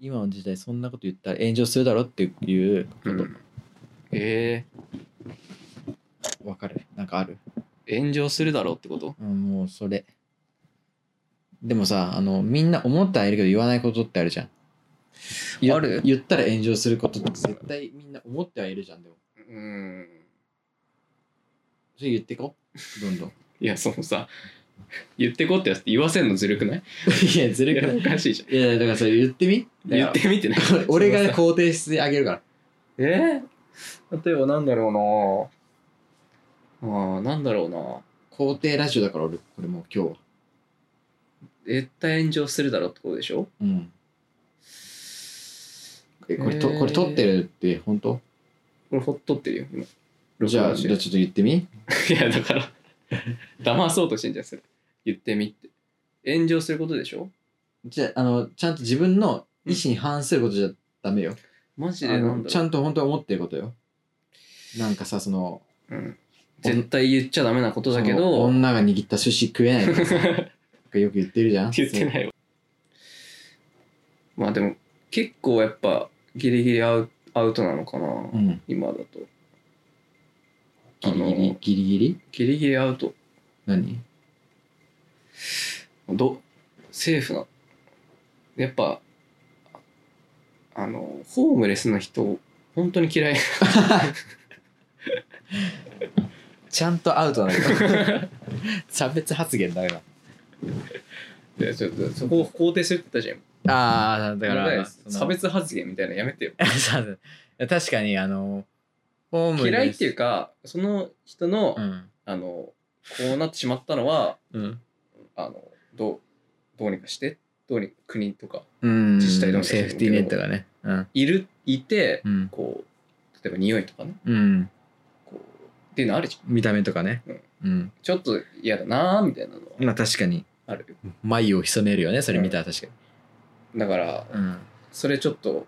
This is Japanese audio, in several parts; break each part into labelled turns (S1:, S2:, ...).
S1: 今の時代そんなこと言ったら炎上するだろっていうこ
S2: う
S1: と
S2: ん、え
S1: わかるなんかある、
S2: ー、炎上するだろうってこと
S1: うん、もうそれでもさあのみんな思ってはいるけど言わないことってあるじゃん言
S2: ある
S1: 言ったら炎上することって絶対みんな思ってはいるじゃんでも
S2: うん
S1: それ言ってこうどんどん
S2: いやそのさ言ってこってやつって言わせんのずるくない
S1: いやず
S2: い
S1: るく
S2: や
S1: ない
S2: おかしいじゃん
S1: いやだからそれ言ってみだ
S2: 言
S1: か
S2: っ
S1: ら
S2: てみてない
S1: 俺が
S2: そのさ
S1: 肯定してあげるから
S2: えー、例えばなんだろうなああなんだろうな
S1: 肯定ラジオだから俺これもう今日
S2: 絶対炎上するだろうってことでしょ
S1: うんえこれと
S2: えー
S1: これ撮ってるって本当
S2: これほっとってるよ今
S1: じゃあ
S2: 録
S1: じ
S2: 音してる
S1: ゃあちょっと言ってみ
S2: いやだから騙そうとしてんじゃんそれ言ってみって炎上することでしょ
S1: じゃああのちゃんと自分の意思に反することじゃダメよ、
S2: マジ
S1: あ
S2: でなん
S1: の
S2: だ
S1: ちゃ
S2: ろうん
S1: と本当は思ってることよなんかさその
S2: うん、絶対言っちゃダメなことだけ
S1: その
S2: ど
S1: 女が握った寿司食えないとか よく言ってるじゃん
S2: 言って
S1: い
S2: ないよまあでも結構やっぱギリギリアウアウトなのかな、
S1: うん
S2: 今だと
S1: ギリギ
S2: あ
S1: リ
S2: の
S1: ギリギリ
S2: ギリギリアウト
S1: 何
S2: ど政府のやっぱあのホームレスの人本当に嫌い
S1: ちゃんとアウトなんだ 差別発言だよ
S2: いやちょっとそこを肯定するって言ったじゃん
S1: ああだか
S2: 問題
S1: ら
S2: です差別発言みたいなのやめてよ
S1: そうだ確かにあのホームレス
S2: 嫌いっていうかその人の,、
S1: うん
S2: あのこうなってしまったのは
S1: うん、
S2: あのどうどうにかしてどうに国とか
S1: うん、
S2: 自治体とか
S1: セーフティーネットがねうん
S2: いるいて
S1: うん、
S2: こう例えば匂いとかね
S1: うん、
S2: こうっていうのあるじゃん
S1: 見た目とかね
S2: うん
S1: うん、
S2: ちょっと嫌だなーみたいなのは
S1: まあ確かに
S2: あるよ
S1: 眉を潜めるよねそれ見たら確かに
S2: だから
S1: うん
S2: それちょっと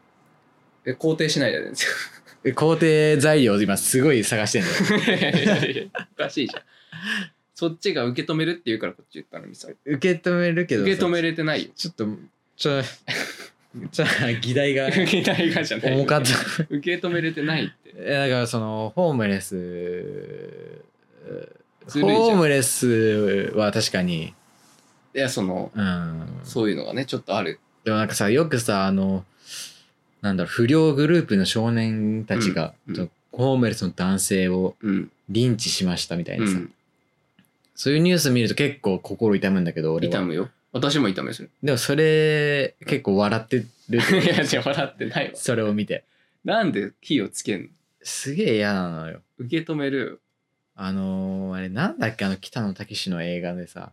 S2: え肯定しないじゃないです
S1: え肯定材料を今すごい探してんだよ
S2: かおかしいじゃんそっちが受け止めるって言うからこっち言ったのにさ受
S1: 受け止めるけどさ
S2: け止めれてないよ
S1: ちょっとちょちょ議題が
S2: 受けないがじ ゃない
S1: 重かった
S2: 受け止めれてないって
S1: えだからそのホームレス
S2: ずるいじゃん
S1: ホームレスは確かに
S2: いやその
S1: うん
S2: そういうのがねちょっとある
S1: でもなんかさよくさあのなんだろう不良グループの少年たちが、
S2: うん
S1: そのホームレスの男性を
S2: うん、
S1: リンチしましたみたいうなさ、
S2: ん、
S1: そういうニュース見ると結構心痛むんだけど俺は
S2: 痛むよ私も痛むよそれ
S1: でもそれ結構笑ってる
S2: いやじゃ笑ってないわ
S1: それを見て
S2: なんで火をつけんの
S1: すげえ嫌なのよ
S2: 受け止める
S1: あのー、あれなんだっけあの北野武の映画でさ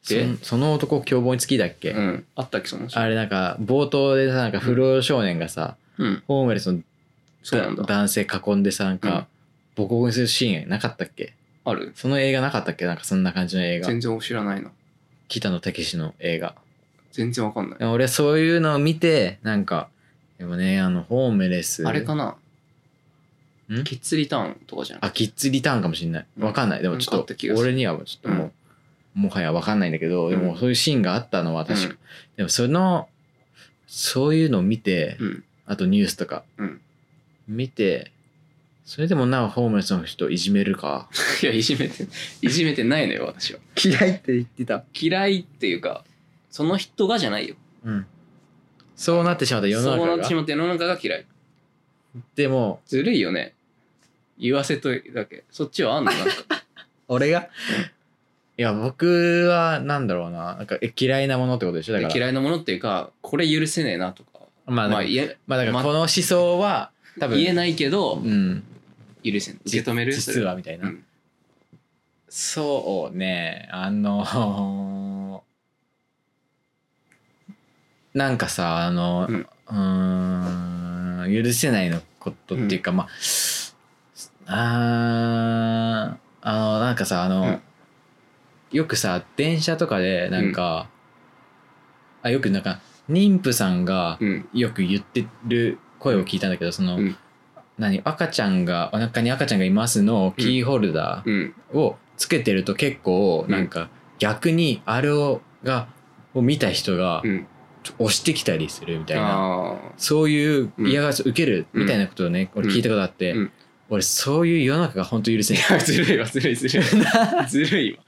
S1: そ
S2: え
S1: その男凶暴につきだっけ、
S2: うんあったっけその人
S1: あれなんか冒頭でさなんか不老少年がさ、
S2: うん
S1: ホームレスの
S2: そうなんだ
S1: 男性囲んでさなんか、ボコボコにするシーンなかったっけ
S2: ある
S1: その映画なかったっけなんかそんな感じの映画
S2: 全然知らないな
S1: 北野武の映画
S2: 全然わかんない
S1: 俺そういうのを見てなんかでもねあのホームレス
S2: あれかなんキッズリターンとかじゃん
S1: あキッズリターンかもしんないわかんないでもち
S2: な
S1: ょ
S2: んかあ
S1: っ
S2: っ
S1: と
S2: た気がする
S1: 俺にはもうちょっともう、もはやわかんないんだけどで
S2: う
S1: も
S2: ん
S1: そういうシーンがあったのは確か、でもそのそういうのを見て、
S2: うん
S1: あとニュースとか、
S2: うん
S1: 見てそれでもなおホームレスの人いじめる か
S2: いやいじめていじめてないのよ私は
S1: 嫌いって言ってた
S2: 嫌いっていうかその人がじゃないよ
S1: うんそうなってしまった世の
S2: そう
S1: 中
S2: なっ
S1: が
S2: てしまって世の中が嫌い
S1: でも
S2: ずるいよね言わせとい だけそっちはあんのなんか
S1: 俺がいや僕はなんだろうななんかえ嫌いなものってことでしょだから
S2: 嫌いなものっていうかこれ許せねえなとか
S1: まあ、
S2: まあ言え
S1: まあだから
S2: ま
S1: この思想は多分
S2: 言えないけど
S1: うん
S2: 許せん受け止めるそ
S1: 実
S2: れ
S1: はみたいな、
S2: うん
S1: そうねあのなんかさあの
S2: うん
S1: うーん許せないのことっていうか、まああーあのなんかさあの、
S2: うん
S1: よくさ電車とかでなんか、あよくなんか妊婦さんが、
S2: うん
S1: よく言ってる声を聞いたんだけどその、
S2: うん
S1: 何赤ちゃんがお腹に赤ちゃんがいますの
S2: うん
S1: キーホルダ
S2: うん
S1: ーをつけてると結構
S2: うん
S1: なんか逆にあれをがを見た人が
S2: うん
S1: 押してきたりするみたいな
S2: あ
S1: そういう嫌がらせを受けるみたいなことをね、
S2: うん
S1: 俺聞いたことあって、
S2: うん
S1: 俺そういう世の中が本当許せない
S2: あずるいわずるいずる いずるいわ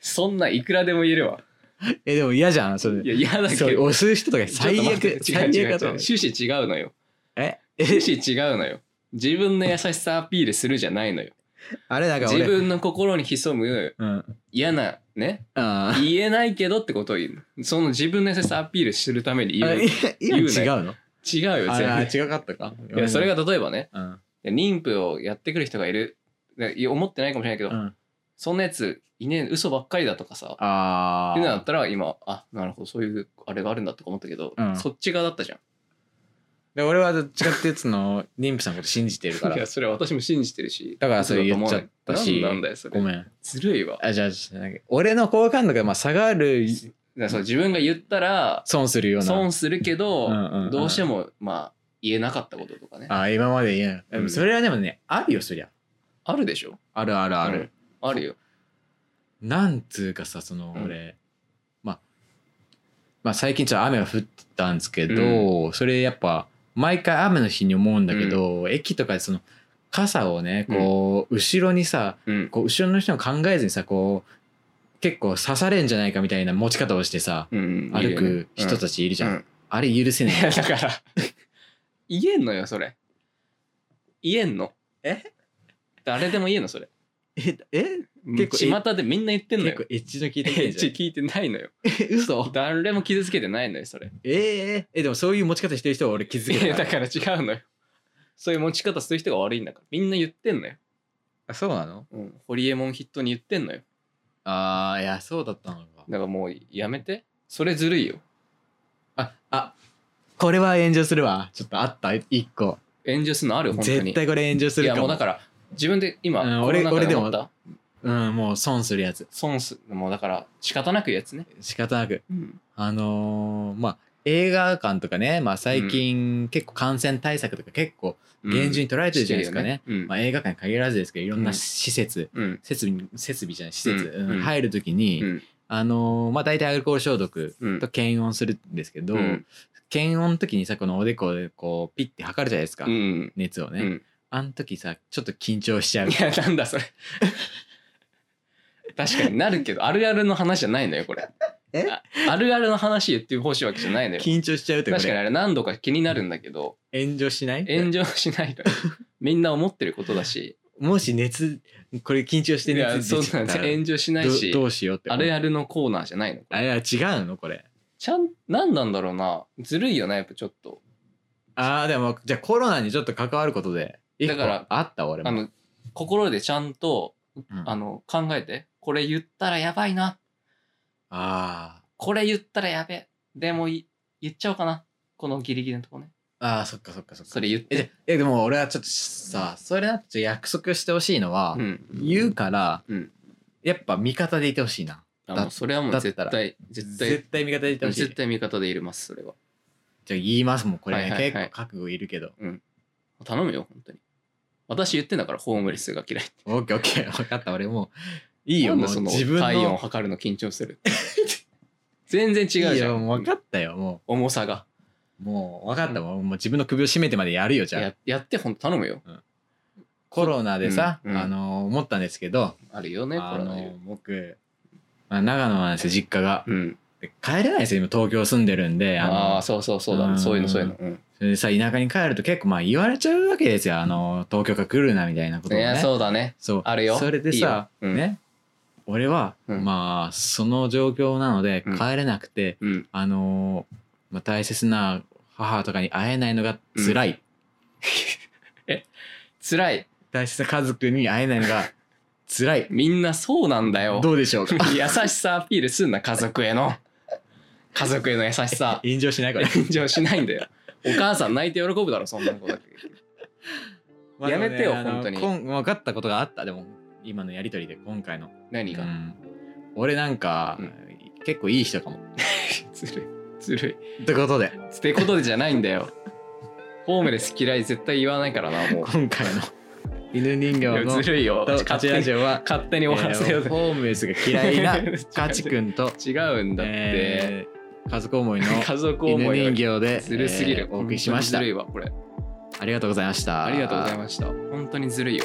S2: そんないくらでも言えるわ
S1: えでも嫌じゃんそれ
S2: いや嫌だけ
S1: そう
S2: ど
S1: 押す人とか最
S2: ちょっと待っ
S1: 悪
S2: て違う
S1: 最
S2: 違う違
S1: 悪
S2: う
S1: だと思う
S2: 趣旨違うのよ
S1: ええ
S2: 趣旨違うのよ自分の優しさアピールするじゃないのよ
S1: あれなんか
S2: 自
S1: 俺
S2: 分の心に潜む
S1: うん
S2: 嫌なね
S1: あー
S2: 言えないけどってことを言うその自分の優しさアピールするために言
S1: あ
S2: う
S1: いや違うの
S2: 違うよ
S1: あ
S2: 全
S1: ー違かったか
S2: 部いやそれが例えばね
S1: うん
S2: 妊婦をやってくる人がいるいや思ってないかもしれないけど、
S1: うん
S2: そんなやついねえ嘘ばっかりだとかさっ
S1: あ
S2: ていうのだ
S1: あ
S2: ったら今あなるほどそういうあれがあるんだとか思ったけど、
S1: うん
S2: そっち側だったじゃん
S1: で俺はどっちかっていうとその妊婦さんのこと信じてる から
S2: いやそれは私も信じてるし
S1: だからそれ言っちゃったし
S2: なんなんだよそれ
S1: ごめん
S2: ずるいわ
S1: あじゃあちょっとなんか俺の好感度がまあ下がる
S2: だからそう自分が言ったら
S1: 損するような
S2: 損するけど、
S1: うんうんうん
S2: どうしてもまあ言えなかったこととかねあ
S1: あ今まで言えなかったで
S2: う
S1: も
S2: ん
S1: それはでもねあるよそりゃ
S2: るでしょ
S1: あるあるある、
S2: うんあるよ
S1: なんつうかさその
S2: うん
S1: 俺、まあまあ最近ちょっと雨が降ったんですけど、それやっぱ毎回雨の日に思うんだけど、駅とかでその傘をねこう、後ろにさ
S2: うん
S1: こう後ろの人も考えずにさこう結構刺されんじゃないかみたいな持ち方をしてさ
S2: うん
S1: 歩く人たちいるじ
S2: じ
S1: ゃん、
S2: ん
S1: あれ許せない
S2: いやだから 言えんのよそれ言えんの
S1: え
S2: 誰でも言えんのそれ
S1: ええ
S2: 結
S1: 結
S2: 構
S1: 構
S2: 巷でみんな言ってんの
S1: 結
S2: よ
S1: 構エッジの聞いてく
S2: え
S1: るじ
S2: ち
S1: ゃん
S2: 聞いてないのよ
S1: 嘘
S2: 誰も傷つけてないのよそれ
S1: えええでもそういう持ち方してる人は俺気づ
S2: い
S1: け
S2: や
S1: たか
S2: だから違うのよそういう持ち方する人が悪いんだからみんな言ってんのよ、
S1: らそうなの
S2: うん、ホリエモンヒットに言ってんのよ
S1: ああいやそうだったのか
S2: だからもうやめてそれずるいよ
S1: ああこれは炎上するわちょっとあった一個
S2: 炎上するのある本当に
S1: 絶対これ炎上する
S2: い
S1: か
S2: や
S1: も
S2: もうだから自分で今、
S1: うん
S2: コロナ禍
S1: 俺俺でも
S2: 思った
S1: うんもう損するやつ
S2: 損すもうだから仕方なくやつね、
S1: 仕方なく
S2: うん
S1: あのーまあ映画館とかね、まあ、最近結構感染対策とか結構厳重に捉えてるじゃないですかね,、
S2: してるよねうん
S1: まあ、映画館に限らずですけどいろんな施設、
S2: うん
S1: 設備設備じゃない施設、
S2: うん
S1: うん入る時に、
S2: うん
S1: あのーまあ、大体アルコール消毒
S2: うん
S1: と検温するんですけど、
S2: うん
S1: 検温の時にさこのおでこでこうピッて測るじゃないですか、
S2: うん
S1: 熱をね、
S2: うん
S1: あの時さちょっと緊張しちゃう
S2: いやなんだそれ 確かになるけどあるあるの話じゃないのよこれ
S1: え
S2: ああるあるの話言ってほしいわけじゃないのよ
S1: 緊張しちゃうってこ
S2: 確かに
S1: れ
S2: あれ何度か気になるんだけど
S1: 炎上しない
S2: 炎上しないのよみんな思ってることだし
S1: もし熱これ緊張して
S2: いや
S1: 熱
S2: そう
S1: 出ち
S2: な
S1: ゃ
S2: ん
S1: っ
S2: で
S1: たら
S2: 炎上しない
S1: ど
S2: し
S1: どうしようって
S2: あるあるのコーナーじゃないの
S1: あれは違うのこれ
S2: ちゃん何なんだろうなずるいよなやっぱちょっと
S1: ああでもじゃあコロナにちょっと関わることで一
S2: だ
S1: 個
S2: から
S1: あった俺も
S2: あの心でちゃんと
S1: うん
S2: あの考えてこれ言ったらやばいな
S1: あ
S2: これ言ったらやべでもい言っちゃおうかなこのギリギリのとこね
S1: ーあーそっかそっかそっか
S2: それ言っ
S1: えじゃ
S2: て
S1: えでも俺はちょっとさそれだと約束してほしいのは、
S2: うん
S1: 言うから、
S2: うん
S1: やっぱ味方でいてほしいな
S2: あ
S1: だ
S2: もうそれはもう
S1: だっ
S2: 絶
S1: たら
S2: 対絶対
S1: 味方でいてほしい
S2: 絶対味方でいれますそれは
S1: じゃあ言いますもんこれ、ね
S2: はいはいはい
S1: 結構覚悟いるけど
S2: 頼むよ本当に私言ってんだからホームレスが嫌いって
S1: オッケーオッケー 分かった俺もういいよ
S2: なん
S1: も
S2: だ
S1: う
S2: その
S1: 自分の
S2: 体温を測るの緊張する 全然違うじゃん
S1: いいよもう分かったよも
S2: 重さが
S1: うもう分かったもうもう自分の首を絞めてまでやるよじゃあ
S2: ややってほんと頼むよ
S1: コロナでさ、
S2: うんうん
S1: あのー思ったんですけど、
S2: あるよね
S1: あ
S2: これ
S1: の
S2: は
S1: ー僕、まあ、長野なんですよ実家が、
S2: うん
S1: で帰れないですよ今東京住んでるんであのー
S2: ああそうそうそうだ
S1: う
S2: ね
S1: ん
S2: そういうのそういうのうん
S1: それでさ田舎に帰ると結構まあ言われちゃうわけですよあのー東京から来るなみたいなことを
S2: い
S1: ね
S2: やそうだね
S1: そう
S2: あるよ
S1: それでさ
S2: いいようん
S1: ね俺は、
S2: うん
S1: まあその状況なので
S2: うん
S1: 帰れなくて、
S2: うん
S1: あのーまあ、大切な母とかに会えないのが辛 い、
S2: 辛い
S1: 大切な家族に会えないの が辛い
S2: みんなそうなんだよ
S1: どうでしょう か
S2: 優しさアピールすんな家族への家族への優しさ
S1: 炎上しない から、
S2: 炎上しないんだよお母さん泣いて喜ぶだろそんなことだけ
S1: まあでもね
S2: やめてよ
S1: あの
S2: 本当に
S1: こん分かったことがあったでも今のやりとりで今回の、
S2: 何
S1: う
S2: が
S1: ん俺なんか、
S2: うん
S1: 結構いい人かも
S2: ずるいずる
S1: ってことで
S2: いってことでじゃないんだよホームレス嫌い絶対言わないからなもう
S1: 今 回の犬人
S2: い
S1: 形
S2: や
S1: の
S2: ずるいよ
S1: 勝
S2: 勝
S1: ち
S2: 手
S1: ラジ
S2: に
S1: オは
S2: 勝手に終わらせよう
S1: えー
S2: ぜ
S1: ホームレスが嫌いなカチ君と、
S2: 違うんだって、
S1: えー家族思い の
S2: 家族
S1: 犬
S2: 思い
S1: 人
S2: を
S1: 形で
S2: ずるすぎる
S1: えーお送りしました
S2: 本当にずるいわこれ
S1: ありがとうございました
S2: ありがとうございました本当にずるいよ